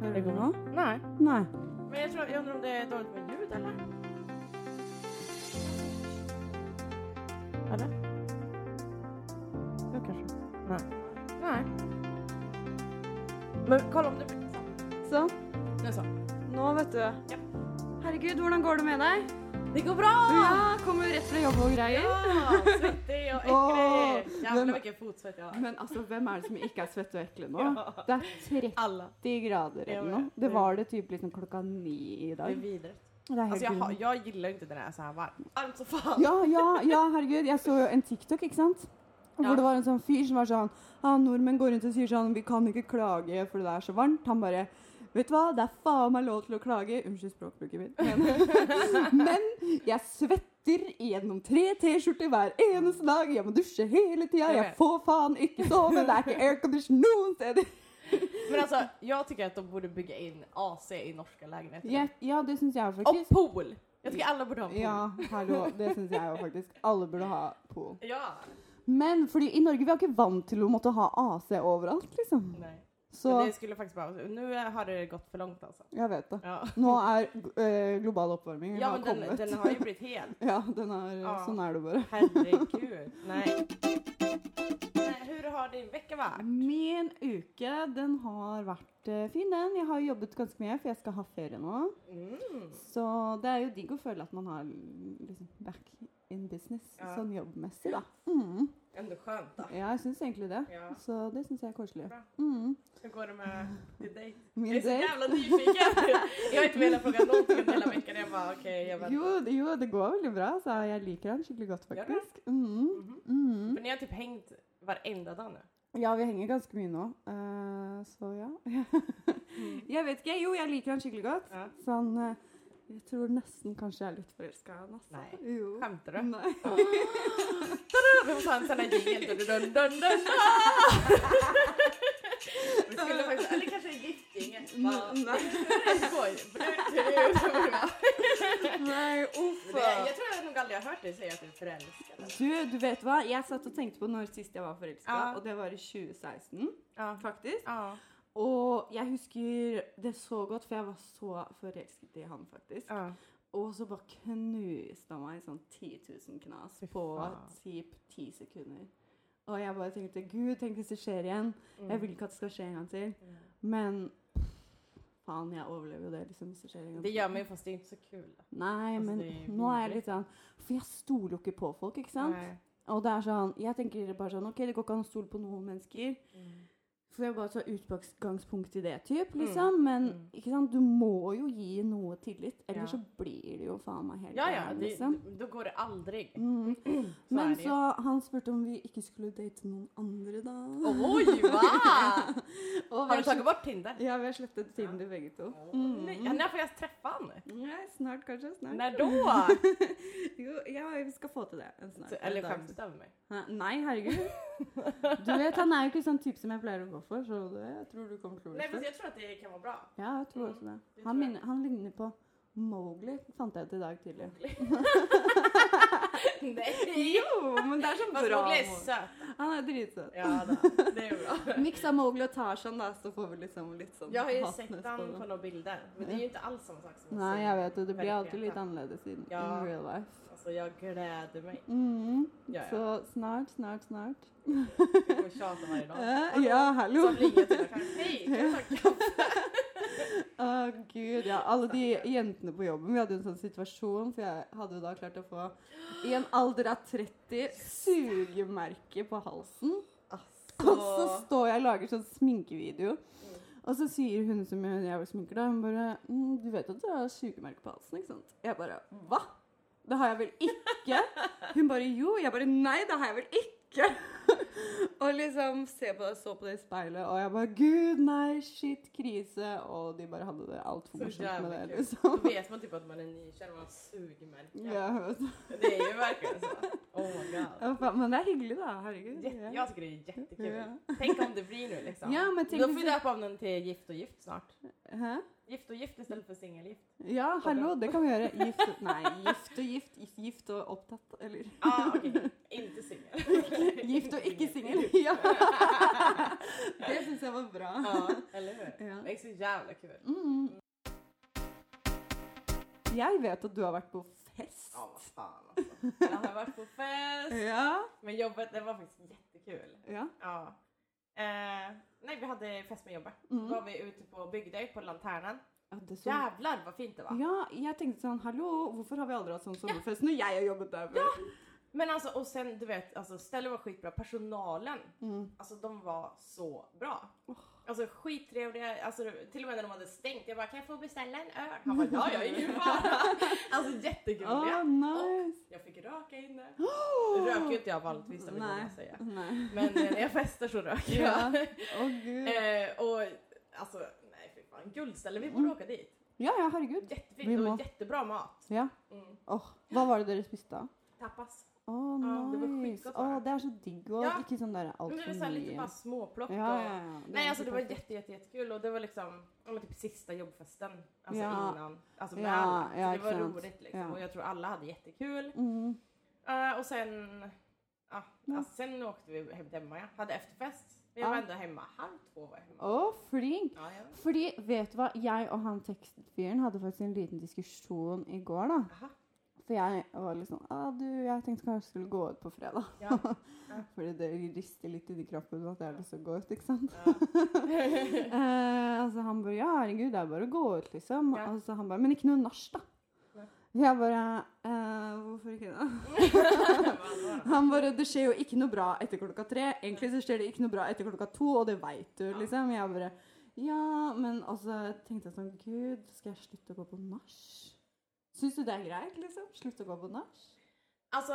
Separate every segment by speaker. Speaker 1: Margot nå?
Speaker 2: Nei.
Speaker 1: Nei.
Speaker 2: Men jeg, tror, jeg undrer om det er dårlig med ljud, eller? Eller?
Speaker 1: Jo, kanskje.
Speaker 2: Nej. Men kolla om det blir
Speaker 1: Sånn.
Speaker 2: Nu så.
Speaker 1: Nå, vet du.
Speaker 2: Ja.
Speaker 1: Herregud, hvordan går det med deg?
Speaker 2: Det går bra!
Speaker 1: Ja, kommer jo rett fra jobb og greier.
Speaker 2: Ja, svettig och
Speaker 1: Åh,
Speaker 2: äcklig. Jävla
Speaker 1: vem-
Speaker 2: mycket fotsvett jag har.
Speaker 1: Men altså, hvem er det som ikke er svett og ekle nå?
Speaker 2: Ja.
Speaker 1: Det er 30
Speaker 2: Alla.
Speaker 1: grader
Speaker 2: Ja,
Speaker 1: eller
Speaker 2: men
Speaker 1: noe.
Speaker 2: det-
Speaker 1: Det var det typ liksom klokka ni i
Speaker 2: Det är
Speaker 1: dag.
Speaker 2: vidrigt.
Speaker 1: Det er helt
Speaker 2: Alltså jag, har,
Speaker 1: grusomt.
Speaker 2: jag gillar ju inte när det är så här varmt. Varmt så fan.
Speaker 1: Ja, ja, ja, herregud. Jeg så jo en TikTok, ikke sant? Hvor
Speaker 2: Ja.
Speaker 1: det var en sånn fyr som var sånn ah, Nordmenn går rundt og sier sånn Vi kan ikke klage fordi det er så varmt. Han bare Vet du hva, det er faen meg lov til å klage. Unnskyld språkbruket mitt. Men, men jeg svetter gjennom tre T-skjorter hver eneste dag. Jeg må dusje hele tida.
Speaker 2: Jeg
Speaker 1: Jeg
Speaker 2: vet.
Speaker 1: får faen ikke sove. Det er ikke aircondition noen steder.
Speaker 2: Men altså, alltså jag tycker att de borde bygga in AC i norska lägenheter.
Speaker 1: Ja, ja det syns jeg
Speaker 2: Och
Speaker 1: faktisk.
Speaker 2: pool! Jag tycker alla borde ha en pool.
Speaker 1: Ja, hallo. Det syns jeg jo faktisk. Alle burde ha pool.
Speaker 2: Ja.
Speaker 1: Men fordi i Norge vi er ikke vant til å måtte ha AC overalt, liksom.
Speaker 2: Nej.
Speaker 1: Så
Speaker 2: Men det skulle faktiskt behövas. Nu har det gått för långt alltså.
Speaker 1: jeg vet det.
Speaker 2: Ja.
Speaker 1: Nå er eh, global oppvarming
Speaker 2: Ja
Speaker 1: har
Speaker 2: men den,
Speaker 1: kommet.
Speaker 2: den har ju blivit hel.
Speaker 1: Ja, den er,
Speaker 2: Ja.
Speaker 1: Sånn er det bare.
Speaker 2: Herregud, nej. Men hur har din vecka varit?
Speaker 1: Min uke den har vært eh, fin, den. Jeg har jobbet ganske mye, for jeg skal ha ferie nå.
Speaker 2: Mm.
Speaker 1: Så det er jo digg å føle at man har liksom back in business
Speaker 2: Ja.
Speaker 1: sånn jobbmessig, da. Mm.
Speaker 2: Ändå skönt då.
Speaker 1: Ja, jeg syns egentlig det.
Speaker 2: Ja.
Speaker 1: Så det syns jeg er koselig.
Speaker 2: Bra.
Speaker 1: Mm.
Speaker 2: Hur går det med din dejt? Jag
Speaker 1: Min
Speaker 2: är så
Speaker 1: date
Speaker 2: jävla nyfiken. Jag har inte velat fråga någonting under hela veckan. Jag bara okej, jag väntar.
Speaker 1: jo, det- jo, det går veldig bra. Så jeg liker han skikkelig godt,
Speaker 2: Gjør du?
Speaker 1: faktisk. Mm.
Speaker 2: Mhm.
Speaker 1: Mm.
Speaker 2: För ni har typ hängt varenda dag nu.
Speaker 1: Ja, vi henger ganske mye nå. eh, så ja. jeg vet ikke. Jo, jeg liker han skikkelig godt.
Speaker 2: Ja.
Speaker 1: Sånn eh, Jeg tror nesten kanskje jeg er litt forelska i han, altså.
Speaker 2: Nei.
Speaker 1: Jo.
Speaker 2: Skämtar du?
Speaker 1: Nei.
Speaker 2: Ah. Vi måste ha en sån här jingel. Dun, dun, dun, dun. Vi skulle faktiskt, eller kanske en giftjingel. Bara-
Speaker 1: Nei.
Speaker 2: Det är skoj. För det- det är ju så bra.
Speaker 1: Nei, uff.
Speaker 2: Det- Jag tror jag nog aldrig har hört dig säga att du är förälskad.
Speaker 1: Du, du vet hva? Jeg satt og tenkte på når sist jeg var forelska,
Speaker 2: Ja.
Speaker 1: og det var i 2016,
Speaker 2: Ja.
Speaker 1: faktisk.
Speaker 2: Ja.
Speaker 1: Og jeg husker det så godt, for jeg var så forelsket i han, faktisk.
Speaker 2: Ja.
Speaker 1: Og så bare knuste han meg i sånn 10 000 knas
Speaker 2: Fy
Speaker 1: på
Speaker 2: faen.
Speaker 1: typ 10 sekunder. Og jeg bare tenkte Gud, tenk hvis det skjer igjen. Jeg vil ikke at det skal skje en gang til.
Speaker 2: Mm.
Speaker 1: Men faen, jeg overlever jo det liksom, hvis det skjer en gang
Speaker 2: Det
Speaker 1: til.
Speaker 2: gjør meg, fast det er ikke så kul.
Speaker 1: Nei,
Speaker 2: Altså,
Speaker 1: men
Speaker 2: det er
Speaker 1: nå er jeg
Speaker 2: videre.
Speaker 1: litt sånn For jeg stoler jo ikke på folk, ikke sant?
Speaker 2: Nei.
Speaker 1: Og det er sånn Jeg tenker bare sånn OK, det går ikke an å stole på noen mennesker.
Speaker 2: Mm.
Speaker 1: For jeg bare tar utgangspunkt i det, typ, liksom. Men
Speaker 2: Mm.
Speaker 1: ikke sant? du må jo gi noe tillit.
Speaker 2: Ja.
Speaker 1: Ellers så blir det jo faen meg helt
Speaker 2: Ja, ja.
Speaker 1: gæren,
Speaker 2: Det,
Speaker 1: liksom.
Speaker 2: da går det aldri.
Speaker 1: Mm.
Speaker 2: Så er
Speaker 1: Men
Speaker 2: det
Speaker 1: så
Speaker 2: jo.
Speaker 1: han spurte om vi ikke skulle date noen andre, da.
Speaker 2: Oi, hva?
Speaker 1: Og vi
Speaker 2: Har du tatt bort Tinder?
Speaker 1: Ja, vi har slettet Tinder begge to.
Speaker 2: Mm. Ja, Når får jeg treffe han?
Speaker 1: Nei, snart kanskje. Snart.
Speaker 2: Når da?
Speaker 1: Jo, ja, vi skal få til det. en Snart.
Speaker 2: Så, eller
Speaker 1: En dag.
Speaker 2: femte av meg.
Speaker 1: Hæ? Nei, herregud. Du vet, han er jo ikke sånn type som jeg pleier å gå for, så det jeg tror du kommer til å
Speaker 2: Nei,
Speaker 1: bli
Speaker 2: men
Speaker 1: for.
Speaker 2: jeg tror at det kan være bra.
Speaker 1: Ja, jeg tror også det.
Speaker 2: det
Speaker 1: Han,
Speaker 2: tror jeg.
Speaker 1: minner, han ligner på Mowgli, fant jeg ut i dag tidlig.
Speaker 2: Nei.
Speaker 1: Jo, men det er sånn
Speaker 2: Fast
Speaker 1: bra.
Speaker 2: Mowgli er
Speaker 1: Mowgli.
Speaker 2: søt.
Speaker 1: Han er dritsøt.
Speaker 2: Ja da, det er bra.
Speaker 1: Miks av Mowgli og Tarzan, da, så får vi liksom litt sånn
Speaker 2: Jeg har jo
Speaker 1: hatness
Speaker 2: sett
Speaker 1: på
Speaker 2: han
Speaker 1: det.
Speaker 2: på noen bilder, men det er jo ikke alls samme sak som å
Speaker 1: Nei,
Speaker 2: se
Speaker 1: jeg vet det. Det blir
Speaker 2: verkligheten.
Speaker 1: alltid litt annerledes i
Speaker 2: Ja.
Speaker 1: in real life.
Speaker 2: Altså, jeg gleder meg.
Speaker 1: Mhm.
Speaker 2: Ja, ja.
Speaker 1: Så snart, snart, snart.
Speaker 2: Jeg går og tjater hver dag.
Speaker 1: Eh, ja, hallo!
Speaker 2: Så ringer jeg Sånn til deg. Hei, kan jeg ta en kaffe?
Speaker 1: Å, gud. Ja, alle de
Speaker 2: Sånn
Speaker 1: jentene på jobben. Vi hadde jo en sånn situasjon, for jeg hadde jo da klart å få, i en alder av 30, sugemerke på halsen. Og så
Speaker 2: Altså.
Speaker 1: står jeg og lager sånn sminkevideo.
Speaker 2: mm.
Speaker 1: Og så sier hun som jeg jeg sminker, da, hun bare mm, 'Du vet at du har sugemerke på halsen?' ikke sant? Jeg bare 'Hva? Det har jeg vel ikke?' Hun bare 'Jo'. Jeg bare 'Nei, det har jeg vel ikke'. og liksom se på det, så på det i speilet, og jeg bare 'Gud, nei, shit, krise'. Og de bare hadde det altfor
Speaker 2: Så
Speaker 1: morsomt med
Speaker 2: jævlig
Speaker 1: det,
Speaker 2: kult. Då
Speaker 1: liksom.
Speaker 2: vet man typ att man är nykär och man suger märken.
Speaker 1: Ja, jeg vet.
Speaker 2: Det är ju verkligen så. Oh my god.
Speaker 1: Ja, faen, men det er hyggelig, da. Herregud.
Speaker 2: Jätte,
Speaker 1: Ja.
Speaker 2: jag tycker det är jättekul.
Speaker 1: Ja.
Speaker 2: Tänk om det blir nu liksom.
Speaker 1: Ja, men
Speaker 2: Då
Speaker 1: tenk
Speaker 2: får vi
Speaker 1: hvis
Speaker 2: döpa om den till Gift och gift snart.
Speaker 1: Hæ?
Speaker 2: Gift och gift istället för singelgift.
Speaker 1: Ja, hallo, det kan vi gjøre. Gift og Nei, gift og gift. is- Gift og opptatt, eller
Speaker 2: Ah, okej. Inte singel.
Speaker 1: Gift og ikke singel. Ja. Det syns syns jeg var bra.
Speaker 2: Ja, Ah, eller hur?
Speaker 1: Ja.
Speaker 2: Det är så jävla kul.
Speaker 1: Mm. Jeg vet at du har vært på fest.
Speaker 2: Ja, altså. vad fan alltså. Jag har varit på fest.
Speaker 1: Ja.
Speaker 2: Men jobbet, det var faktiskt jättekul.
Speaker 1: ja.
Speaker 2: Ja. Eh, nej, vi hade fest med jobbet. Då
Speaker 1: Mm.
Speaker 2: var vi ute på bygdöj på Lanternan.
Speaker 1: Ja, det så...
Speaker 2: Jävlar vad fint det var.
Speaker 1: ja, jeg tenkte sånn Hallo, hvorfor har vi aldri hatt sånn sommerfest når jeg har jobbet der før?
Speaker 2: Men alltså, och sen du vet, alltså, stället var skitbra. Personalen,
Speaker 1: Mm.
Speaker 2: alltså de var så bra.
Speaker 1: Åh.
Speaker 2: Alltså skittrevliga, alltså, till och med när de hade stängt. Jag bara, kan jag få beställa en öl? Han bara, ja, ja, ingen fara. Alltså jättegulliga.
Speaker 1: Å, nice.
Speaker 2: Jag fick röka inne. Röker ju inte jag vanligtvis, det vill
Speaker 1: Nej.
Speaker 2: jag säga.
Speaker 1: Nei.
Speaker 2: Men eh, när jeg fester så röker
Speaker 1: Ja.
Speaker 2: jag.
Speaker 1: Å, gud.
Speaker 2: eh, och alltså, nej fy fan, guldställe, vi borde åka dit.
Speaker 1: Ja, ja, herregud. Mm. Vi
Speaker 2: Jättefint
Speaker 1: må.
Speaker 2: och jättebra mat.
Speaker 1: Ja.
Speaker 2: Mm.
Speaker 1: Åh, hva var det dere spiste da?
Speaker 2: Tapas.
Speaker 1: Å,
Speaker 2: Ja, Ah, det var
Speaker 1: nice.
Speaker 2: skitgodt,
Speaker 1: Å,
Speaker 2: var det.
Speaker 1: det är så digg å
Speaker 2: Ja.
Speaker 1: ikke sånn der
Speaker 2: Men det var
Speaker 1: altfor
Speaker 2: så här lite
Speaker 1: mye.
Speaker 2: bara småplock
Speaker 1: Ja, ja,
Speaker 2: och
Speaker 1: ja.
Speaker 2: Nej alltså altså, det var
Speaker 1: perfekt.
Speaker 2: jätte, jätte, jättekul och det var liksom, ja, men typ sista jobbfesten. Alltså
Speaker 1: Ja.
Speaker 2: innan, alltså
Speaker 1: Ja,
Speaker 2: med alla. Så
Speaker 1: ja,
Speaker 2: det var
Speaker 1: exakt.
Speaker 2: roligt liksom
Speaker 1: Ja.
Speaker 2: och jag tror alla hade jättekul.
Speaker 1: Mm.
Speaker 2: Eh, och sen, ja,
Speaker 1: Ja.
Speaker 2: Alltså, sen åkte vi hem till Emma, jag hade efterfest. Men jag
Speaker 1: Ja.
Speaker 2: var ändå hemma, halv två var jag hemma.
Speaker 1: Å, flink.
Speaker 2: Ja, jag,
Speaker 1: Fordi, vet du hva, jeg og han tekstfyren hadde faktisk en liten diskusjon i går, da.
Speaker 2: aha,
Speaker 1: For jeg var litt sånn ah, du, jeg tenkte kanskje jeg skulle gå ut på fredag.
Speaker 2: ja,
Speaker 1: Fordi det rister litt i kroppen sånn at jeg har lyst til å gå ut, ikke sant.
Speaker 2: ja.
Speaker 1: Eh, altså han bare ja, herregud, det er bare å gå ut, liksom.
Speaker 2: Ja.
Speaker 1: Og så han bare men ikke noe nach, da.
Speaker 2: Nei.
Speaker 1: Jeg bare eh, hvorfor ikke det? Han bare Det skjer jo ikke noe bra etter klokka tre. Egentlig så skjer det ikke noe bra etter klokka to, og det veit du,
Speaker 2: Ja.
Speaker 1: liksom. Jeg bare Ja, men altså tenkte jeg sånn Gud, skal jeg slutte å gå på nach? Syns du det er greit, liksom? Slutte å gå på nach?
Speaker 2: Alltså,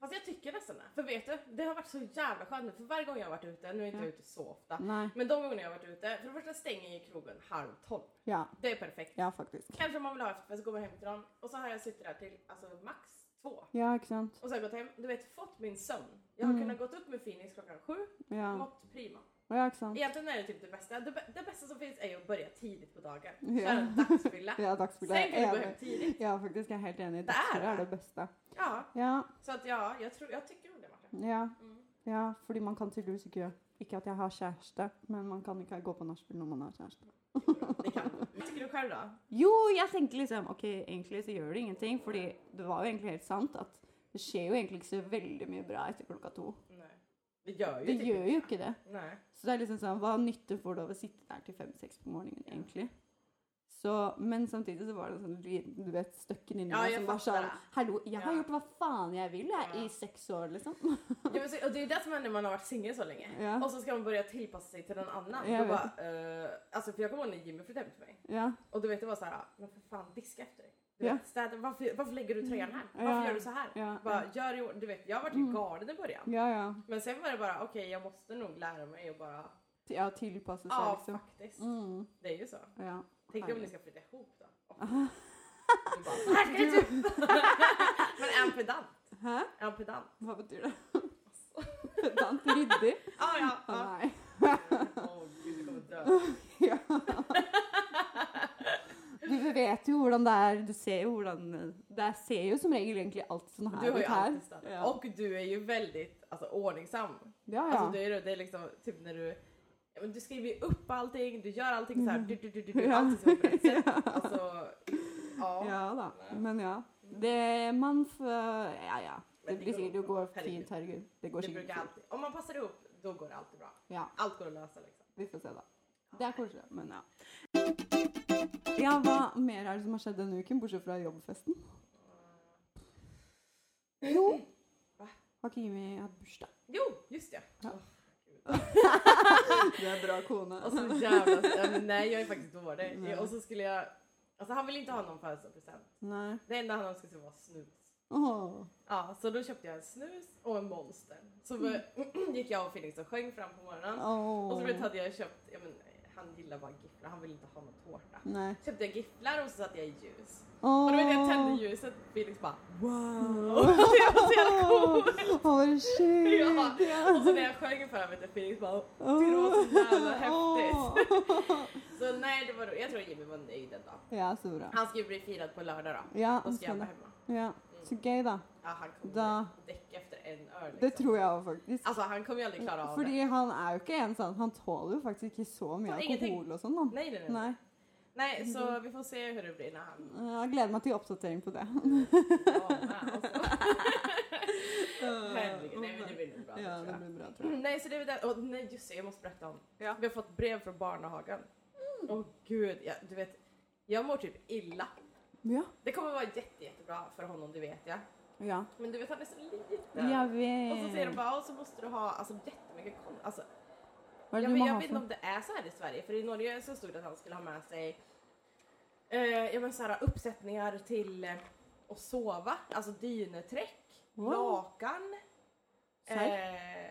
Speaker 2: fast jag tycker nästan det. För vet du, det har varit så jävla skönt nu. För varje gång jag har varit ute, nu är inte jag ute så ofta.
Speaker 1: Nei.
Speaker 2: Men de gångerna jag har varit ute, för det första stänger ju krogen halv tolv.
Speaker 1: Ja.
Speaker 2: Det är perfekt.
Speaker 1: Ja, faktisk.
Speaker 2: Kanske om man vill ha efterfest så går man hem till dem. Och så har jag suttit där till alltså, max två.
Speaker 1: Ja, ikke sant.
Speaker 2: Och så har jag gått hem, du vet fått min søvn. Jag har
Speaker 1: Mm.
Speaker 2: kunnat gått upp med Phoenix klockan sju,
Speaker 1: Ja,
Speaker 2: mått prima.
Speaker 1: ja ikke sant.
Speaker 2: Egentligen är det typ det bästa. Det, bä- det bästa som finns är ju att börja tidigt på dagen.
Speaker 1: Ja.
Speaker 2: Köra en dagsfylla.
Speaker 1: Ja, dagsbildet.
Speaker 2: Sen kan du gå
Speaker 1: Jeg
Speaker 2: hem tidigt.
Speaker 1: ja, faktisk. Jeg er helt enig.
Speaker 2: Det er
Speaker 1: Dagsbildet er
Speaker 2: det.
Speaker 1: det beste.
Speaker 2: Ja,
Speaker 1: Ja,
Speaker 2: så att ja, jag, tror, jag tycker om det Martin.
Speaker 1: ja,
Speaker 2: Mm.
Speaker 1: ja. Fordi man kan tydeligvis ikke Ikke at jeg har kjæreste, men man kan ikke gå på nachspiel når man har kjæreste.
Speaker 2: Det kan man. Vad tycker du själv då?
Speaker 1: Jo, jeg tenkte liksom OK, egentlig så gjør det ingenting. Fordi det var jo egentlig helt sant at det skjer jo egentlig ikke så veldig mye bra etter klokka to.
Speaker 2: Nej. Det gör ju
Speaker 1: Det
Speaker 2: typ
Speaker 1: gjør jo ikke det.
Speaker 2: Nej.
Speaker 1: Så det er liksom sånn Hva nytte får det av å sitte der til fem-seks på morgenen, egentlig? Så, men samtidig så var det en sånn liten du vet, støkken inni
Speaker 2: Ja,
Speaker 1: meg
Speaker 2: jeg
Speaker 1: som var
Speaker 2: fatter
Speaker 1: sånn
Speaker 2: det.
Speaker 1: Hallo, jeg har
Speaker 2: Ja.
Speaker 1: gjort hva faen jeg vil, jeg,
Speaker 2: Ja.
Speaker 1: i seks år, liksom.
Speaker 2: Ja, men så, och det är det som händer när man har varit singel så länge.
Speaker 1: Ja.
Speaker 2: Och så ska man börja tillpassa sig till någon annan.
Speaker 1: Jag
Speaker 2: Jag
Speaker 1: vet.
Speaker 2: bara, eh, alltså för jag kommer ihåg när Jimmy flyttade hem till mig.
Speaker 1: Ja.
Speaker 2: Och du vet det var så här, ah, men för fan diska efter dig. Du
Speaker 1: Ja.
Speaker 2: vet, städa, varför, varför lägger du tröjan här? Varför
Speaker 1: Ja.
Speaker 2: gör du så här?
Speaker 1: Ja.
Speaker 2: Bara, gör i ord- du vet, jag var ju
Speaker 1: Mm.
Speaker 2: galen i början.
Speaker 1: Ja, ja.
Speaker 2: Men sen var det bara okej jag måste nog lära mig och bara,
Speaker 1: Ja, tilpasse
Speaker 2: ja
Speaker 1: seg, liksom.
Speaker 2: faktiskt.
Speaker 1: Mm.
Speaker 2: Det är ju så.
Speaker 1: Ja.
Speaker 2: Tänk Ah, om liksom- ni
Speaker 1: Herregud.
Speaker 2: ska flytta ihop då. Och- Du bara, så här ska det se ut! Men är han pedant?
Speaker 1: Hæ?
Speaker 2: Är han pedant?
Speaker 1: Hva betyr det? Pedant ryddig?
Speaker 2: Ah, ja,
Speaker 1: Å
Speaker 2: ja.
Speaker 1: nei.
Speaker 2: Åh gud du kommer dö.
Speaker 1: Ja. Du vet jo hvordan det er. Du ser jo hvordan Det er- ser jo som regel egentlig alt sånn
Speaker 2: Du
Speaker 1: her
Speaker 2: har ju
Speaker 1: ut her.
Speaker 2: alltid stannat.
Speaker 1: Ja.
Speaker 2: Och du är ju väldigt alltså, ordningsam.
Speaker 1: Ja, ja.
Speaker 2: Alltså, du är, det är liksom typ när du ja, men du skriver ju upp allting, du gör allting så här, du, du, du, du, du,
Speaker 1: Mm. Ja.
Speaker 2: allting som på rätt sätt.
Speaker 1: Ja.
Speaker 2: Alltså, ja.
Speaker 1: Ja da. Men ja. Det man f... Ja ja. Det
Speaker 2: Men
Speaker 1: blir sikkert det går fint,
Speaker 2: Herregud.
Speaker 1: herregud. Det går
Speaker 2: Det
Speaker 1: sikkert
Speaker 2: brukar
Speaker 1: fint.
Speaker 2: alltid, om man passar ihop, då går det alltid bra.
Speaker 1: Ja,
Speaker 2: Allt går att lösa liksom.
Speaker 1: vi får se, da. Det er koselig, men ja. Ja, hva mer er det som har skjedd denne uken, bortsett fra jobbfesten? Jo.
Speaker 2: Hva?
Speaker 1: Har ikke Jimmy hatt bursdag?
Speaker 2: Jo, just det.
Speaker 1: Ja.
Speaker 2: Åh,
Speaker 1: Du er bra kone.
Speaker 2: Och så jävla, ja, men nej jag är faktiskt dålig.
Speaker 1: Nej.
Speaker 2: Och så skulle jag, alltså han vill inte ha någon födelsedagspresent.
Speaker 1: Nei.
Speaker 2: Det enda han önskade sig var snus.
Speaker 1: Åh.
Speaker 2: Ja, så då köpte jag en snus och en monster. Så
Speaker 1: Mm.
Speaker 2: gick jag och Felix och sjöng fram på morgonen. Och så vet,
Speaker 1: Åh.
Speaker 2: hade jag köpt, ja, men, eh, han gillar bara gifflar, han vill inte ha någon tårta.
Speaker 1: Nei.
Speaker 2: Köpte jag gifflar och så satte jag i ljus.
Speaker 1: Åh.
Speaker 2: Och då vet jag tände ljuset, Felix bara
Speaker 1: Wow.
Speaker 2: Det var så jävla coolt!
Speaker 1: Åh,
Speaker 2: Ja.
Speaker 1: shit. Mm, Ja.
Speaker 2: Och så när jag sjöng för henne, Felix bara
Speaker 1: Åh.
Speaker 2: det var så jävla häftigt.
Speaker 1: Åh.
Speaker 2: Så nej, det var då, jag tror Jimmy var nöjd ändå.
Speaker 1: Ja, så bra.
Speaker 2: Han ska ju bli firad på lördag då.
Speaker 1: Ja,
Speaker 2: Då ska jag
Speaker 1: skal
Speaker 2: vara
Speaker 1: det.
Speaker 2: hemma.
Speaker 1: Ja, så gøy, da.
Speaker 2: Ja, han kommer
Speaker 1: Da-
Speaker 2: däcka efter en øl.
Speaker 1: Det
Speaker 2: Liksom.
Speaker 1: tror jeg også, faktisk.
Speaker 2: Altså, han kommer ju aldrig klara av
Speaker 1: Fordi han er jo ikke en sånn Han tåler jo faktisk ikke så mye
Speaker 2: Tåler ingenting.
Speaker 1: alkohol og sånn. da.
Speaker 2: det. Nej, nej, nej.
Speaker 1: Nei.
Speaker 2: Nej, så vi får se hur det blir när han
Speaker 1: Jeg gleder meg til oppdatering på det.
Speaker 2: kommer. Alltså. altså. Herregud, nej men det blir nog bra.
Speaker 1: Ja,
Speaker 2: tror
Speaker 1: det
Speaker 2: jag.
Speaker 1: blir bra, tror jeg.
Speaker 2: Nej, så det är det. Åh, nej, just det, jag måste berätta om.
Speaker 1: Ja. Mm.
Speaker 2: Vi har fått brev från Barnahagen. Åh gud, jag, du vet, jag mår typ illa.
Speaker 1: Ja.
Speaker 2: Det kommer vara jätte, jättebra för honom, det vet jag.
Speaker 1: ja.
Speaker 2: Men du vet, han är så liten.
Speaker 1: Jeg
Speaker 2: Och så säger de
Speaker 1: vet
Speaker 2: bara, "Åh, så måste du ha alltså, jättemycket kon- alltså,
Speaker 1: Hva er
Speaker 2: Ja,
Speaker 1: det du
Speaker 2: men
Speaker 1: må
Speaker 2: jag
Speaker 1: ha
Speaker 2: vet
Speaker 1: for
Speaker 2: inte
Speaker 1: noe?
Speaker 2: om det är så här i Sverige, för i Norge så stod det att han skulle ha med sig eh, ja, men så här, uppsättningar till eh, att sova, alltså dyneträck,
Speaker 1: Wow.
Speaker 2: lakan.
Speaker 1: Serr.
Speaker 2: eh,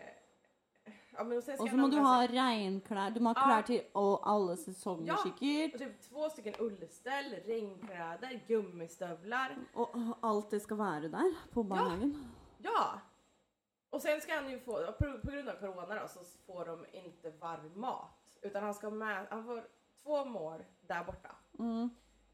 Speaker 2: ja, men och sen ska
Speaker 1: Og så
Speaker 2: han
Speaker 1: må du
Speaker 2: med
Speaker 1: ha
Speaker 2: sig-
Speaker 1: regnklær. Du må ha
Speaker 2: Ja.
Speaker 1: klær til å- alle sesonger,
Speaker 2: Ah. Ja.
Speaker 1: sikkert.
Speaker 2: och typ två stycken ullställ, regnkläder, gummistövlar.
Speaker 1: Og alt det skal være der på barnehagen.
Speaker 2: Ja! Och sen ska han ju få, på, på grund av corona då, så får de inte varm mat. Utan han ska ha med, han får två mål där borta.
Speaker 1: Mm.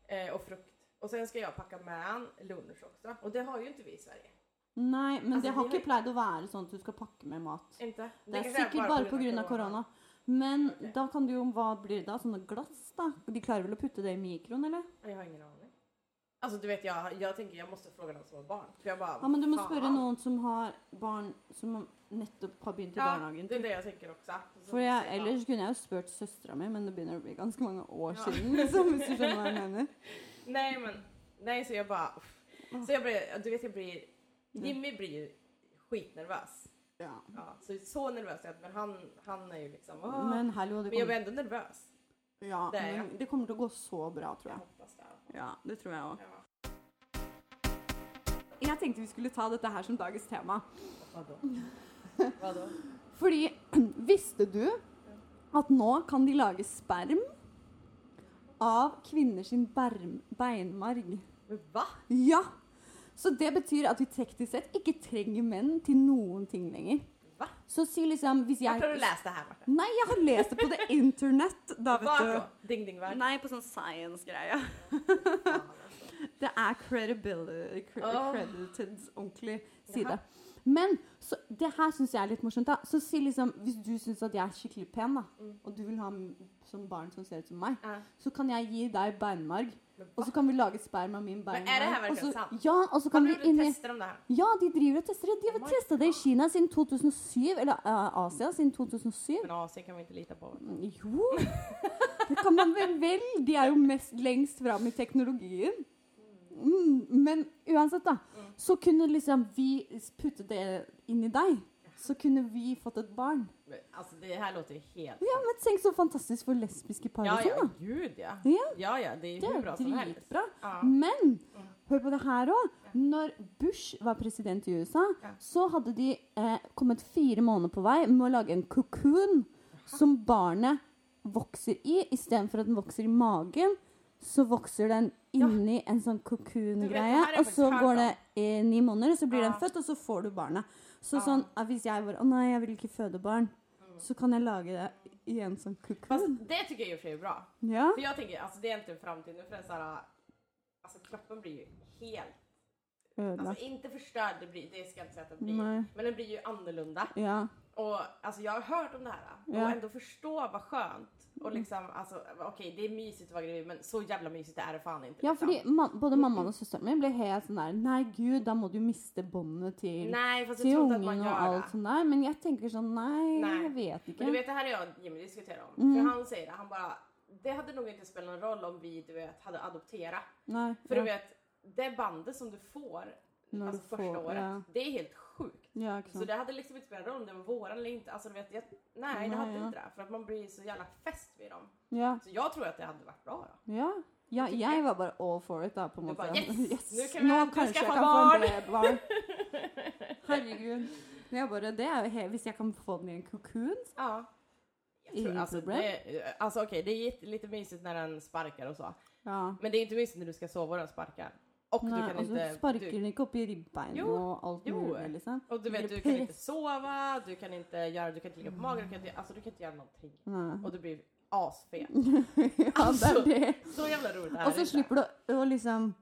Speaker 2: eh, och frukt. Och sen ska jag packa med han lunch också. Och det har ju inte vi i Sverige.
Speaker 1: Nei, men
Speaker 2: Altså,
Speaker 1: det har
Speaker 2: vi
Speaker 1: ikke pleid å være sånn at du skal pakke med mat.
Speaker 2: Inte?
Speaker 1: Det er
Speaker 2: kanske
Speaker 1: sikkert bare
Speaker 2: på grunn
Speaker 1: pga.
Speaker 2: av
Speaker 1: korona. Men
Speaker 2: Ok.
Speaker 1: da kan du jo Hva blir det da? Sånne glass, da? De klarer vel å putte det i mikroen, eller?
Speaker 2: Jag har ingen aning. Alltså du vet, jag, jag tänker jag måste fråga någon som har barn. För jag bara,
Speaker 1: Ja, men du må
Speaker 2: fan.
Speaker 1: spørre noen som har barn som nettopp har begynt i
Speaker 2: Ja,
Speaker 1: barnehagen.
Speaker 2: det är
Speaker 1: typ.
Speaker 2: det jag tänker också. Så
Speaker 1: For jeg,
Speaker 2: måste jag-
Speaker 1: ellers kunne jeg jo spurt søstera mi, men det begynner å bli ganske mange år
Speaker 2: Ja.
Speaker 1: siden. Liksom, hvis du skjønner hva jeg mener.
Speaker 2: Nej men, nej så jag bara... uff. Så jag blir, du vet jag blir... Jimmy blir ju skitnervös.
Speaker 1: Ja.
Speaker 2: Ja, så, så nervös är jag, men han, han är ju liksom... "Åh."
Speaker 1: Men hallo, det
Speaker 2: men jag blir
Speaker 1: kommer,
Speaker 2: ändå nervøs.
Speaker 1: ja,
Speaker 2: det er
Speaker 1: men det kommer til å gå så bra,
Speaker 2: Jag
Speaker 1: tror jeg.
Speaker 2: hoppas det.
Speaker 1: Ja, det tror jeg òg.
Speaker 2: Ja.
Speaker 1: Jeg tenkte vi skulle ta dette her som dagens tema.
Speaker 2: Vadå? Vadå?
Speaker 1: Fordi visste du at nå kan de lage sperm av kvinner sin berm, beinmarg?
Speaker 2: Men va?
Speaker 1: Ja! Så det betyr at vi teknisk sett ikke trenger menn til noen ting lenger.
Speaker 2: Va?
Speaker 1: Så si liksom hvis jeg
Speaker 2: Vart har du läst det här Marta?
Speaker 1: Nei, jeg har lest det på det internett. Da,
Speaker 2: Vart
Speaker 1: vet
Speaker 2: då? Ding ding
Speaker 1: du.
Speaker 2: värld.
Speaker 1: Nei, på sånn science-greie. Det er credibility, cre-
Speaker 2: Åh.
Speaker 1: credited ordentlig side. Men så, det her syns jeg er litt morsomt. da. Så si liksom, Hvis du syns at jeg er skikkelig pen, da,
Speaker 2: Mm.
Speaker 1: og du vil ha m- som barn som ser ut som meg,
Speaker 2: Ja.
Speaker 1: så kan jeg gi deg beinmarg.
Speaker 2: Men
Speaker 1: Og så kan vi lage sperm av min
Speaker 2: er
Speaker 1: beinmarg.
Speaker 2: det her
Speaker 1: og
Speaker 2: virkelig
Speaker 1: så-
Speaker 2: sant?
Speaker 1: Ja, og så
Speaker 2: Kan
Speaker 1: kan
Speaker 2: du
Speaker 1: vi inn i
Speaker 2: teste dem der?
Speaker 1: Ja, de driver og tester det. De
Speaker 2: Oh
Speaker 1: har
Speaker 2: my
Speaker 1: testa det i Kina siden 2007. Eller eh, Asia siden 2007.
Speaker 2: Men Asien kan vi inte lita på.
Speaker 1: Mm, Jo, det kan man vel vel. De er jo mest lengst fram i teknologien. Mm, men uansett, da. Så kunne liksom vi putte det inn i deg. Så kunne vi fått et barn.
Speaker 2: Men, Alltså det här låter ju helt...
Speaker 1: Ja, men Tenk så fantastisk for lesbiske par.
Speaker 2: ja,
Speaker 1: og
Speaker 2: ja,
Speaker 1: sånn, da.
Speaker 2: gud ja.
Speaker 1: Ja. Mm.
Speaker 2: Ja, ja, det är ju
Speaker 1: Det
Speaker 2: hur
Speaker 1: er
Speaker 2: bra
Speaker 1: jo
Speaker 2: som helst.
Speaker 1: dritbra.
Speaker 2: Ja.
Speaker 1: Men hør på det her òg. Når Bush var president i USA,
Speaker 2: Ja.
Speaker 1: så hadde de eh, kommet fire måneder på vei med å lage en cocoon som barnet vokser i. Istedenfor at den vokser i magen, så vokser den inni en sånn
Speaker 2: Du vet, det
Speaker 1: cocoon-greie.
Speaker 2: her er
Speaker 1: Og så
Speaker 2: faktisk
Speaker 1: går det
Speaker 2: her,
Speaker 1: i ni måneder, og så blir
Speaker 2: Ja.
Speaker 1: den født, og så får du barnet. Så
Speaker 2: Ja.
Speaker 1: sånn, eh, Hvis jeg var Å nei, jeg vil ikke føde barn, så kan jeg lage det i en sånn
Speaker 2: Fast
Speaker 1: cocoon.
Speaker 2: det tycker jag i och för sig är bra.
Speaker 1: Ja.
Speaker 2: För jag tänker, alltså det är inte framtiden för en så här... Alltså kroppen blir ju helt...
Speaker 1: Ødelagt.
Speaker 2: Alltså inte förstörd, det, blir, det ska jag inte säga att den blir.
Speaker 1: Nej.
Speaker 2: Men den blir ju annorlunda.
Speaker 1: Ja.
Speaker 2: Och alltså jag har hört om det här och
Speaker 1: Ja.
Speaker 2: ändå förstå vad skönt. Och liksom, alltså okej det är mysigt att vara gravid men så jävla mysigt är det fan inte.
Speaker 1: Ja,
Speaker 2: liksom.
Speaker 1: fordi man, både mammaen og søsteren min ble helt sånn der Nei, gud, da må du miste båndet til,
Speaker 2: Nej fast jag
Speaker 1: til
Speaker 2: tror inte att man
Speaker 1: ungen og
Speaker 2: gör det.
Speaker 1: alt sånn der. Men jeg tenker sånn Nei,
Speaker 2: Nei.
Speaker 1: jeg vet
Speaker 2: Men du
Speaker 1: ikke.
Speaker 2: vet det här har jag och Jimmy diskuterat om.
Speaker 1: Mm.
Speaker 2: För han säger det, han bara det hade nog inte spelat någon roll om vi du vet hade adopterat.
Speaker 1: Nei.
Speaker 2: För du
Speaker 1: ja.
Speaker 2: vet det bandet som du får
Speaker 1: Når
Speaker 2: alltså
Speaker 1: du
Speaker 2: första
Speaker 1: får-
Speaker 2: året
Speaker 1: ja.
Speaker 2: det är helt sjukt.
Speaker 1: Ja, ikke
Speaker 2: Så
Speaker 1: sant.
Speaker 2: det hade liksom inte spelat någon roll om det var våran eller inte. Alltså du vet, jag, nej, det
Speaker 1: Nej,
Speaker 2: hade
Speaker 1: ja.
Speaker 2: inte det. För att man blir så jävla fäst vid dem.
Speaker 1: Ja.
Speaker 2: Så jag tror att det hade varit bra. Då.
Speaker 1: ja. Ja, jeg var bare all for it, da, på en
Speaker 2: Du
Speaker 1: måte.
Speaker 2: bare, yes! Nå kan
Speaker 1: Nå
Speaker 2: vi- du
Speaker 1: kanskje
Speaker 2: skal
Speaker 1: jeg
Speaker 2: få
Speaker 1: kan få
Speaker 2: barn!
Speaker 1: en babybarn. Herregud. Men Jeg bare, det er jo he- Hvis jeg kan få den i en kokon
Speaker 2: Ja. Jag tror,
Speaker 1: Inget
Speaker 2: alltså,
Speaker 1: problem.
Speaker 2: det, alltså okej, det är jätte- lite mysigt när den sparkar och så.
Speaker 1: Ja.
Speaker 2: Men det är inte mysigt när du ska sova och den sparkar. Och
Speaker 1: Nei,
Speaker 2: du kan
Speaker 1: og så
Speaker 2: inte...
Speaker 1: sparker
Speaker 2: Du,
Speaker 1: den ikke opp i ribbeinet
Speaker 2: Jo,
Speaker 1: og alt
Speaker 2: jo.
Speaker 1: mulig, liksom.
Speaker 2: och du vet,
Speaker 1: Blir
Speaker 2: du kan inte
Speaker 1: press.
Speaker 2: sova, du kan inte göra... Du kan inte ligga på magen, du kan inte, alltså, du kan inte göra någonting.
Speaker 1: Nei.
Speaker 2: Och du blir asfet.
Speaker 1: Ja, det
Speaker 2: Altså,
Speaker 1: er det.
Speaker 2: Mm. Så jävla roligt det här
Speaker 1: Og
Speaker 2: är
Speaker 1: så
Speaker 2: det.
Speaker 1: slipper du å liksom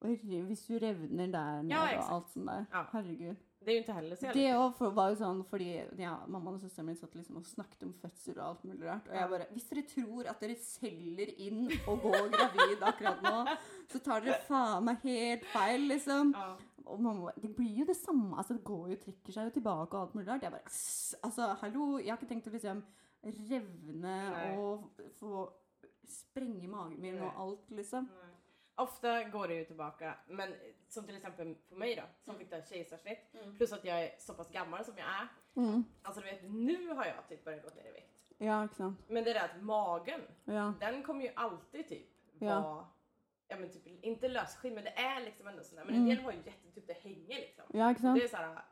Speaker 1: Oi, Hvis du revner der nede
Speaker 2: Ja,
Speaker 1: og
Speaker 2: exakt.
Speaker 1: alt sånt der.
Speaker 2: Ja.
Speaker 1: Herregud.
Speaker 2: Det är ju inte heller så jävla
Speaker 1: Det òg var jo sånn fordi ja, mammaen og søsteren min satt liksom og snakket om fødsel og alt mulig rart. Og jeg bare Hvis dere tror at dere selger inn å gå gravid akkurat nå, så tar dere faen meg helt feil, liksom.
Speaker 2: Ja.
Speaker 1: Og mamma bare Det blir jo det samme. Altså, det går jo trekker seg jo tilbake og alt mulig rart. Jeg bare «Sss, Altså, hallo. Jeg har ikke tenkt å liksom revne
Speaker 2: Nei.
Speaker 1: og få sprenge magen min og
Speaker 2: Nei.
Speaker 1: alt, liksom.
Speaker 2: Nej. Ofta går det ju tillbaka, men som till exempel för mig då, som fick ta kejsarsnitt, plus att jag är så pass gammal som jag är.
Speaker 1: Mm.
Speaker 2: Alltså du vet, nu har jag typ börjat gå ner i vikt.
Speaker 1: Ja, ikke sant.
Speaker 2: Men det där att magen,
Speaker 1: Ja.
Speaker 2: den kommer ju alltid typ
Speaker 1: Ja.
Speaker 2: vara, ja men typ, inte lösskinn, men det är liksom ändå sådär. Men en
Speaker 1: Mm.
Speaker 2: del har ju jätte, typ det hänger liksom.
Speaker 1: Ja, ikke
Speaker 2: Det
Speaker 1: sant?
Speaker 2: är såhär,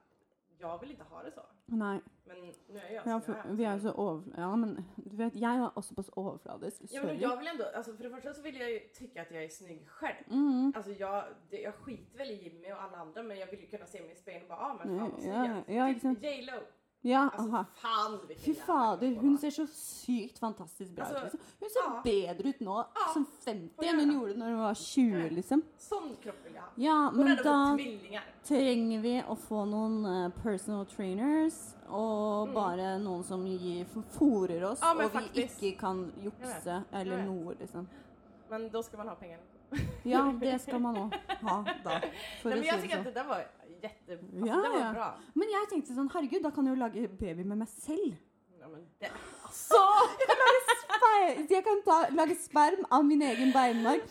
Speaker 2: jag vill inte ha det Altså, så.
Speaker 1: Nei.
Speaker 2: Men nu är jag
Speaker 1: Ja,
Speaker 2: som
Speaker 1: for vi er jo så over... Ja, men du vet, jeg var også på så overfladisk.
Speaker 2: Ja, men
Speaker 1: Sorry.
Speaker 2: och jag vill ändå, alltså för altså, det första så vill jag ju tycka att jag är snygg själv.
Speaker 1: Mm.
Speaker 2: Alltså jag, det, jag skiter väl i Jimmy och alla andra men jag vill ju kunna se mig i spegeln och bara ah men
Speaker 1: Ja,
Speaker 2: fan vad snygg jag är."
Speaker 1: ja,
Speaker 2: Typ
Speaker 1: exakt.
Speaker 2: J.Lo.
Speaker 1: Ja,
Speaker 2: Alltså
Speaker 1: aha.
Speaker 2: fan vilken
Speaker 1: Fy
Speaker 2: jävla
Speaker 1: fader,
Speaker 2: kropp
Speaker 1: hun
Speaker 2: har.
Speaker 1: ser så sykt fantastisk bra ut.
Speaker 2: Altså,
Speaker 1: Liksom. Hun ser
Speaker 2: ja.
Speaker 1: bedre ut nå
Speaker 2: Ja,
Speaker 1: som
Speaker 2: får
Speaker 1: 50
Speaker 2: gjøre
Speaker 1: enn hun
Speaker 2: det.
Speaker 1: gjorde når hun var 20, liksom.
Speaker 2: Sån kropp vill jag ha.
Speaker 1: Ja,
Speaker 2: Hon
Speaker 1: men
Speaker 2: hade
Speaker 1: da
Speaker 2: fått tvillingar.
Speaker 1: trenger vi å få noen eh, personal trainers og bare noen som gir, fôrer oss,
Speaker 2: Mm. Ja,
Speaker 1: og vi
Speaker 2: men faktisk.
Speaker 1: ikke kan
Speaker 2: Jeg
Speaker 1: jukse
Speaker 2: vet.
Speaker 1: eller
Speaker 2: vet.
Speaker 1: noe, liksom.
Speaker 2: Men då ska man ha pengar.
Speaker 1: Ja, det skal man òg ha da, for
Speaker 2: Nej,
Speaker 1: å
Speaker 2: men
Speaker 1: si
Speaker 2: jag
Speaker 1: det
Speaker 2: tycker att
Speaker 1: sånn.
Speaker 2: det där var jätte... Alltså,
Speaker 1: Ja,
Speaker 2: det var
Speaker 1: ja.
Speaker 2: bra.
Speaker 1: Men jeg tenkte sånn, herregud, da kan jeg jo lage baby med meg selv.
Speaker 2: Ja, men det...
Speaker 1: Så jeg kan lage, sper jeg kan ta, lage sperm av min egen beinmark.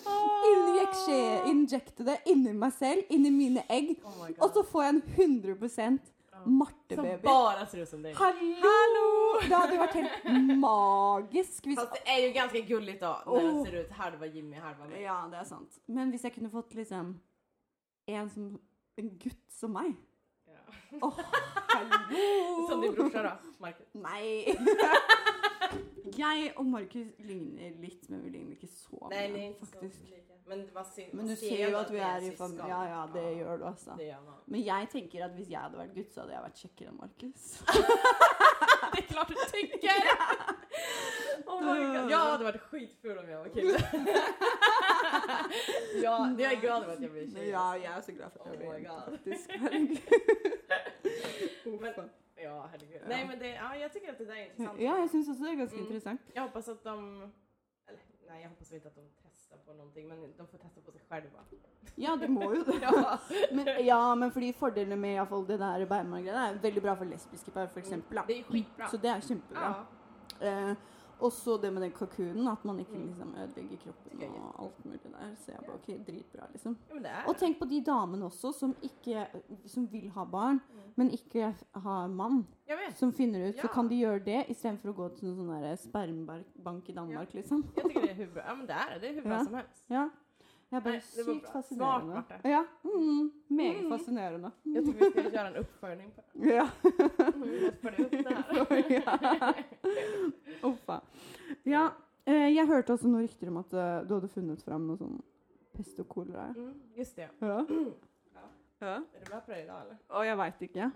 Speaker 1: Injekte- Injekte det inni meg selv, inni mine egg.
Speaker 2: Oh my god.
Speaker 1: Og så får jeg en 100
Speaker 2: Som
Speaker 1: Marte-baby.
Speaker 2: bara ser ut som dig.
Speaker 1: Hallo! Det hadde jo vært helt magisk. Hvis,
Speaker 2: Fast det är ju ganska gulligt då när
Speaker 1: Oh.
Speaker 2: den ser ut halva Jimmy, halva mig.
Speaker 1: ja, det er sant. Men hvis jeg kunne fått liksom en, som, en gutt som meg
Speaker 2: Ja.
Speaker 1: Åh, hallo!
Speaker 2: Som din brorsa då, Marcus.
Speaker 1: Nei. jeg og Markus ligner litt, men vi ligner ikke så mye,
Speaker 2: Nej, ni är inte så
Speaker 1: faktisk.
Speaker 2: lika. Men, man ser,
Speaker 1: Men
Speaker 2: man
Speaker 1: du
Speaker 2: sånn. ser
Speaker 1: ser jo
Speaker 2: ändå
Speaker 1: at vi
Speaker 2: ni
Speaker 1: er i
Speaker 2: syskon.
Speaker 1: familie. Ja, ja, det
Speaker 2: Ja,
Speaker 1: gjør du, altså.
Speaker 2: Det gör man.
Speaker 1: Men jeg tenker at hvis jeg hadde vært gutt, så hadde jeg vært kjekkere enn Markus.
Speaker 2: Det är klart du tycker! Oh my god. Jag hade varit skitful om jag var kille. ja, det är jag glad över att jag blir tjej.
Speaker 1: Ja, jeg er så glad for at
Speaker 2: Oh my
Speaker 1: jeg ble
Speaker 2: God.
Speaker 1: faktisk. Herregud.
Speaker 2: Men- Ja, herregud.
Speaker 1: Ja.
Speaker 2: Nej men det, ja, jeg tycker att det där är intressant.
Speaker 1: Ja, jeg syns også det er ganske
Speaker 2: Mm.
Speaker 1: interessant.
Speaker 2: Jag hoppas att de... Eller nej, jag hoppas inte att de testar på någonting, men de får testa på sig själva.
Speaker 1: Ja, du må jo det.
Speaker 2: Ja.
Speaker 1: Men, ja, men fordi fordelene med i hvert fall det der beinmarggreiene er veldig bra for lesbiske par, f.eks.
Speaker 2: Mm. Det är skitbra.
Speaker 1: Så det er kjempebra.
Speaker 2: ja.
Speaker 1: Eh, og så det med den kalkunen, at man ikke
Speaker 2: Mm.
Speaker 1: liksom ødelegger kroppen
Speaker 2: Det er
Speaker 1: og alt mulig der. Så jeg bare OK, dritbra, liksom.
Speaker 2: ja, men det är
Speaker 1: Og tenk på de damene også som, ikke, som vil ha barn,
Speaker 2: Mm.
Speaker 1: men ikke har mann.
Speaker 2: Jag vet.
Speaker 1: Som finner ut, så
Speaker 2: Ja.
Speaker 1: kan de gjøre det istedenfor å gå til noen sånn der spermbank i Danmark, liksom.
Speaker 2: Jag tycker det är hur bra, ja, men det är det. Det är hur bra
Speaker 1: Ja.
Speaker 2: som helst.
Speaker 1: Ja. Jeg er bare
Speaker 2: Nei, det var
Speaker 1: sykt
Speaker 2: bra. Smart,
Speaker 1: fascinerende.
Speaker 2: Marte.
Speaker 1: ja. Mm, meget
Speaker 2: Mm.
Speaker 1: fascinerende. Mm.
Speaker 2: Jag tycker vi ska göra en uppföljning på det.
Speaker 1: Ja.
Speaker 2: Vi måste följa upp det här.
Speaker 1: ja. Uffa. Ja, eh, jeg hørte også noen rykter om at eh, du hadde funnet fram noe sånn pest og kolera.
Speaker 2: Mm, just det.
Speaker 1: Ja. ja.
Speaker 2: Är du med på det idag eller?
Speaker 1: Og jeg veit ikke.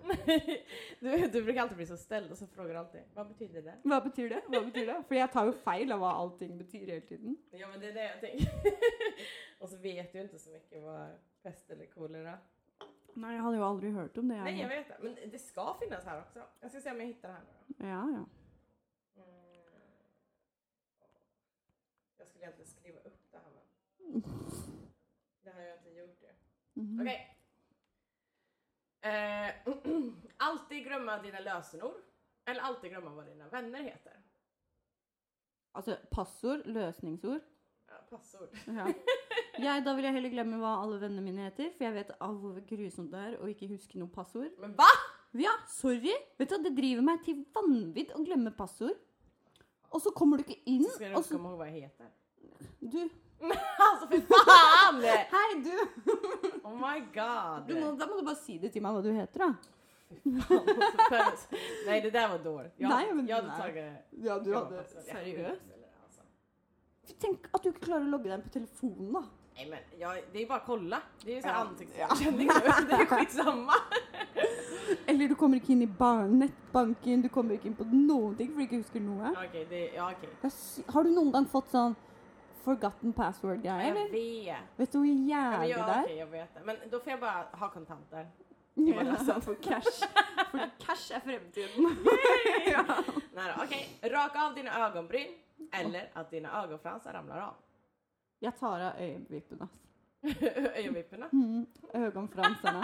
Speaker 2: du, du brukar alltid bli så ställd och så frågar du alltid vad betyder det?
Speaker 1: Hva betyr det? Hva betyr det? For jeg tar jo feil av hva allting betyr hele tiden.
Speaker 2: Ja men det är det jag tänker. och så vet du inte så mycket vad pest eller kolera.
Speaker 1: Nei, jeg hadde jo aldri hørt om det.
Speaker 2: Nej jag vet det, men det ska finnas här också. Jag ska se om jag hittar det här nu då.
Speaker 1: Ja, ja.
Speaker 2: Mm. Jag skulle egentligen skriva upp det här men det har jag inte gjort det.
Speaker 1: Mhm.
Speaker 2: Okej. Eh, alltid glömma dina lösenord. Eller alltid glömma vad dina vänner heter.
Speaker 1: Altså passord, løsningsord.
Speaker 2: Ja, passord.
Speaker 1: Ja. Jeg, da vil jeg heller glemme hva alle vennene mine heter, for jeg vet av hvor grusomt det er å ikke huske noe passord.
Speaker 2: Men va?
Speaker 1: Ja, sorry! Vet du, hva, Det driver meg til vanvidd å glemme passord. Og så kommer du ikke inn,
Speaker 2: Så ska du
Speaker 1: og
Speaker 2: inte
Speaker 1: så
Speaker 2: komma ihåg vad jag heter.
Speaker 1: Du, Altså,
Speaker 2: Alltså för fan!
Speaker 1: hei, du!
Speaker 2: Oh my god!
Speaker 1: du må, da må du bare si det til meg hva du heter, da.
Speaker 2: nej det där var dåligt. Jag,
Speaker 1: Nej, men
Speaker 2: jag hade
Speaker 1: nej.
Speaker 2: tagit...
Speaker 1: Ja,
Speaker 2: jag bara passade. Jag skiter i det, altså. alltså.
Speaker 1: Tenk at du ikke klarer å logge deg inn på telefonen, da.
Speaker 2: Nej men jag, det är bara att kolla. Det är ju så här
Speaker 1: Ja.
Speaker 2: ansiktsigenkänning nu. Det är skitsamma.
Speaker 1: Eller du kommer ikke inn i ba- nettbanken, du kommer ikke inn på noen ting fordi du ikke husker noe.
Speaker 2: Okej, det är... Ja, okej.
Speaker 1: Det er sy- Har du noen gang fått sånn forgotten password-greie,
Speaker 2: Jag
Speaker 1: eller?
Speaker 2: vet.
Speaker 1: Vet du hvor
Speaker 2: Ja, men
Speaker 1: jævlig
Speaker 2: jag,
Speaker 1: det er?
Speaker 2: okej, jag vet det. Men då får jag bara ha kontanter. i
Speaker 1: Ja.
Speaker 2: madrassen.
Speaker 1: For cash. For cash er fremtiden. ja.
Speaker 2: Nej då, Okej, raka av dina ögonbryn eller att dina ögonfransar ramlar av.
Speaker 1: Jag tar av ögonvipporna.
Speaker 2: Ögonvipporna.
Speaker 1: Mm, ögonfransarna.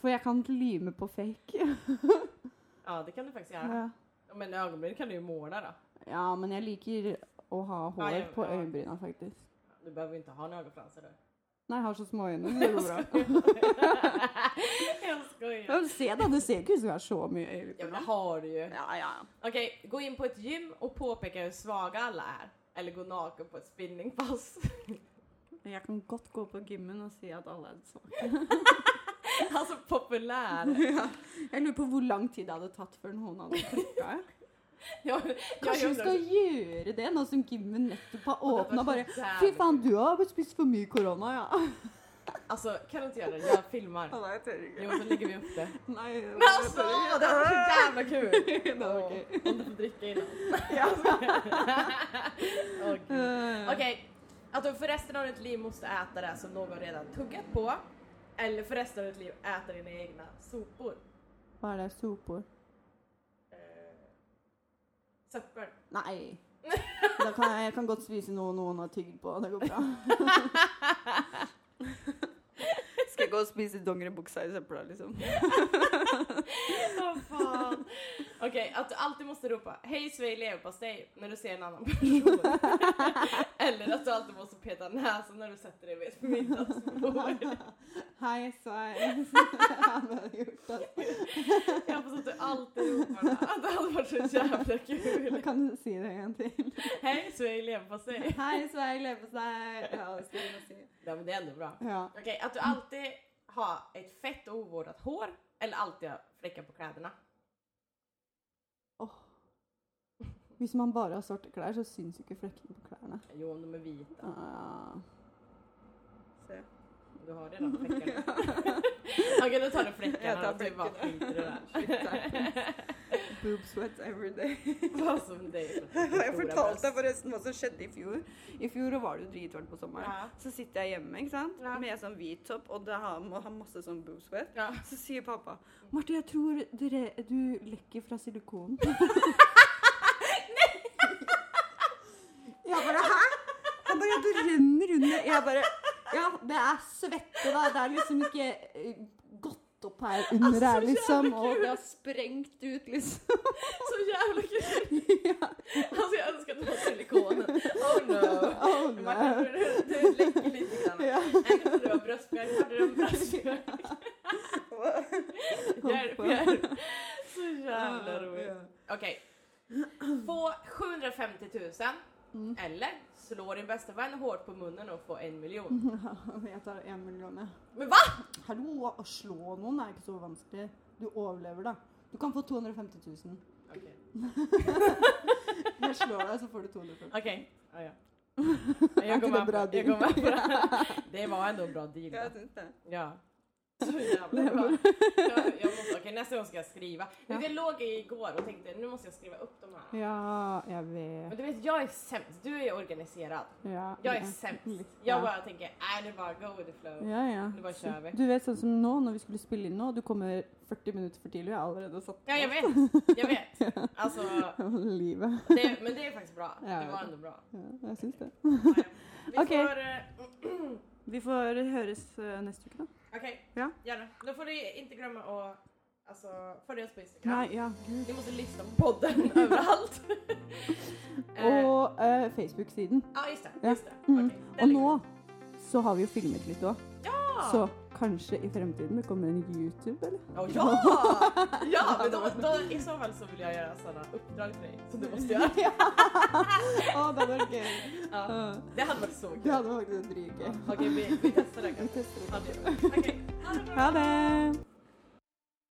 Speaker 1: För jag kan inte lima på fake.
Speaker 2: Ja, det kan du faktiskt göra.
Speaker 1: Ja.
Speaker 2: Men ögonbryn kan du ju måla då.
Speaker 1: ja, men jag liker att ha hår
Speaker 2: Ja, jag-
Speaker 1: på
Speaker 2: ja.
Speaker 1: ögonbrynen faktiskt.
Speaker 2: Du behöver ju inte ha några ögonfransar då.
Speaker 1: Nei, jeg har så små øyne. så Det går bra.
Speaker 2: Jag skojar.
Speaker 1: Ja, men se da, det ser ikke ut som jeg har så mye
Speaker 2: Ja, men
Speaker 1: øyne.
Speaker 2: det har du ju.
Speaker 1: Ja, ja.
Speaker 2: Okej, gå in på ett gym och påpeka hur svaga alla är. Eller gå naken på ett spinningpass.
Speaker 1: Jeg kan godt gå på gymmen og si at alle er svake.
Speaker 2: Alltså populär.
Speaker 1: Jeg lurer på hvor lang tid det hadde tatt før noen hadde klikka.
Speaker 2: Jag, jag
Speaker 1: Kanskje vi
Speaker 2: undrar-
Speaker 1: skal gjøre det nå som gymmen nettopp har åpna? Bare Fy
Speaker 2: Jävligt.
Speaker 1: faen, du har spist for mye korona, ja.
Speaker 2: Alltså, kan du inte göra det? Jag filmar.
Speaker 1: Nei, jeg tør
Speaker 2: Jo, så lägger vi upp det.
Speaker 1: Nei,
Speaker 2: Men alltså,
Speaker 1: altså,
Speaker 2: det hade varit så jävla kul!
Speaker 1: Det var
Speaker 2: Åh,
Speaker 1: gøy.
Speaker 2: Om du får dricka innan. Åh, gud.
Speaker 1: Eh,
Speaker 2: Okej, att du för resten av ditt liv måste äta det som någon redan tuggat på eller för resten av ditt liv äta dina egna sopor.
Speaker 1: Hva er det? Sopor?
Speaker 2: Eh, Söppel.
Speaker 1: Nei. Da kan jeg, jeg kan godt spise noe noen har tygd på. Det går bra. Skal jeg gå og spise dongeribuksa i søpla, liksom?
Speaker 2: Åh, fan. Okej, att du alltid måste ropa Hej Svej leverpastej när du ser en annan person. eller att du alltid måste peta näsan när du sätter dig vid ett middagsbord.
Speaker 1: Hei, sveis. Han har gjort altså. det.
Speaker 2: Jag hoppas att du alltid ropar det. här. Det hade varit så jävla kul.
Speaker 1: Kan du si det en gang til?
Speaker 2: Hej Svej leverpastej.
Speaker 1: Hei, sveis, leverpostei. Ja, det skal jeg si.
Speaker 2: Ja men det är ändå bra.
Speaker 1: Ja.
Speaker 2: Okej, att du alltid har ett fett och ovårdat hår eller alltid har fläckar på kläderna.
Speaker 1: Åh. Hvis man bare har svarte klær, så syns jo ikke flekkene på klærne.
Speaker 2: Jo, om de är vita.
Speaker 1: Ah.
Speaker 2: Du har redan fläckarna. Okej, då tar du fläckarna.
Speaker 3: Jag tar
Speaker 2: och Du bara skiter i det där.
Speaker 3: Boob sweats every day.
Speaker 2: Vad som dig.
Speaker 3: Jeg fortalte deg
Speaker 2: för
Speaker 3: forresten hva som skjedde i fjor. I fjor var det jo dritvarmt på sommeren.
Speaker 2: Ja.
Speaker 3: Så sitter jeg hjemme ikke sant?
Speaker 2: Ja.
Speaker 3: med sånn hvit topp, og det har, må ha masse sånn boob sweat.
Speaker 2: Ja. Mm.
Speaker 3: Så sier pappa
Speaker 1: Marte, jeg tror dere, du lekker fra silikonen. jeg bare Hæ? Han bare ja, du renner under. Jeg bare Ja, det er svette, da. Det er liksom ikke eh, godt opp her under
Speaker 2: Altså,
Speaker 1: her, liksom.
Speaker 2: jævlig
Speaker 1: Og
Speaker 2: kult.
Speaker 1: det har sprengt ut, liksom.
Speaker 2: Så jävla kul.
Speaker 1: ja.
Speaker 2: Alltså jag önskar att det var silikonen. Oh no.
Speaker 1: Oh,
Speaker 2: Martin,
Speaker 1: no.
Speaker 2: du, du läcker lite grann.
Speaker 1: Ja.
Speaker 2: Jag trodde det var bröstmjölk. Hade du en bröstmjölk? Fjär, fjär. Så jävla roligt. Okej. Få 750 000
Speaker 1: Mm.
Speaker 2: eller slå din bästa vän hårt på munnen og få en miljon.
Speaker 1: Jeg tar én million, jeg.
Speaker 2: Men va?
Speaker 1: Hallo, å slå noen er ikke så vanskelig. Du overlever, da. Du kan få 250 000.
Speaker 2: Okej.
Speaker 1: Jeg slår deg, så får du 250 000.
Speaker 2: Okej. Ja, ja. Jag går
Speaker 1: inte
Speaker 2: med
Speaker 1: det bra
Speaker 2: på det. Jag
Speaker 1: deal?
Speaker 2: går med på det. Det var ändå en bra deal.
Speaker 3: Ja, jeg
Speaker 2: då.
Speaker 3: syns det.
Speaker 2: Ja. Så jävla bra. Jag, jag måste, okej, nästa gång ska jag skriva. Men Jag låg igår och tänkte nu måste jag skriva upp de här.
Speaker 1: Ja, jeg
Speaker 2: Men
Speaker 1: vet.
Speaker 2: du vet, jag är sämst. Du är organiserad.
Speaker 1: Ja,
Speaker 2: Jag är
Speaker 1: ja.
Speaker 2: sämst.
Speaker 1: Ja.
Speaker 2: Jag bara tänker, nej det är bara go with the flow.
Speaker 1: Ja, ja.
Speaker 2: Nu bara kör vi.
Speaker 1: Du vet sånn som nå, når vi skulle spille inn nå, du kommer 40 minutter for tidlig, og jeg har allerede satt
Speaker 2: Ja, jeg vet. Jag vet. Alltså,
Speaker 1: livet.
Speaker 2: det, men det är faktiskt bra.
Speaker 1: Ja,
Speaker 2: Det var
Speaker 1: ja.
Speaker 2: ändå bra.
Speaker 1: Ja, jeg syns det.
Speaker 2: Ja, ja. Vi
Speaker 1: Okej.
Speaker 2: får... eh,
Speaker 1: Vi får høres eh, neste uke, da.
Speaker 2: Okej,
Speaker 1: Ja.
Speaker 2: gärna. Då får ni inte glömma att alltså, följa oss på Instagram.
Speaker 1: Nei, ja. Gud.
Speaker 2: Ni måste lyssna på podden överallt. Eh,
Speaker 1: Og eh, Facebook-siden.
Speaker 2: Ja, just det.
Speaker 1: Ja.
Speaker 2: Just det.
Speaker 1: Mm.
Speaker 2: Okej, där
Speaker 1: Og
Speaker 2: ligger
Speaker 1: nå
Speaker 2: den.
Speaker 1: så har vi jo filmet litt òg,
Speaker 2: Ja!
Speaker 1: så kanskje i fremtiden det kommer en YouTube, eller?
Speaker 2: Ja, ja! Ja, men då, då, i så fall så vill jag göra sådana uppdrag till dig som du måste göra.
Speaker 1: Å, det hadde vært gøy.
Speaker 2: Ja,
Speaker 1: Ja.
Speaker 2: det hade varit så
Speaker 1: Det
Speaker 2: kul.
Speaker 1: hadde faktisk vært dritgøy.
Speaker 2: Okej, vi, vi testar det
Speaker 1: Vi
Speaker 2: kanske.
Speaker 1: tester det.
Speaker 2: Ja, det gör vi. Okej, ha det bra!
Speaker 1: Ha det!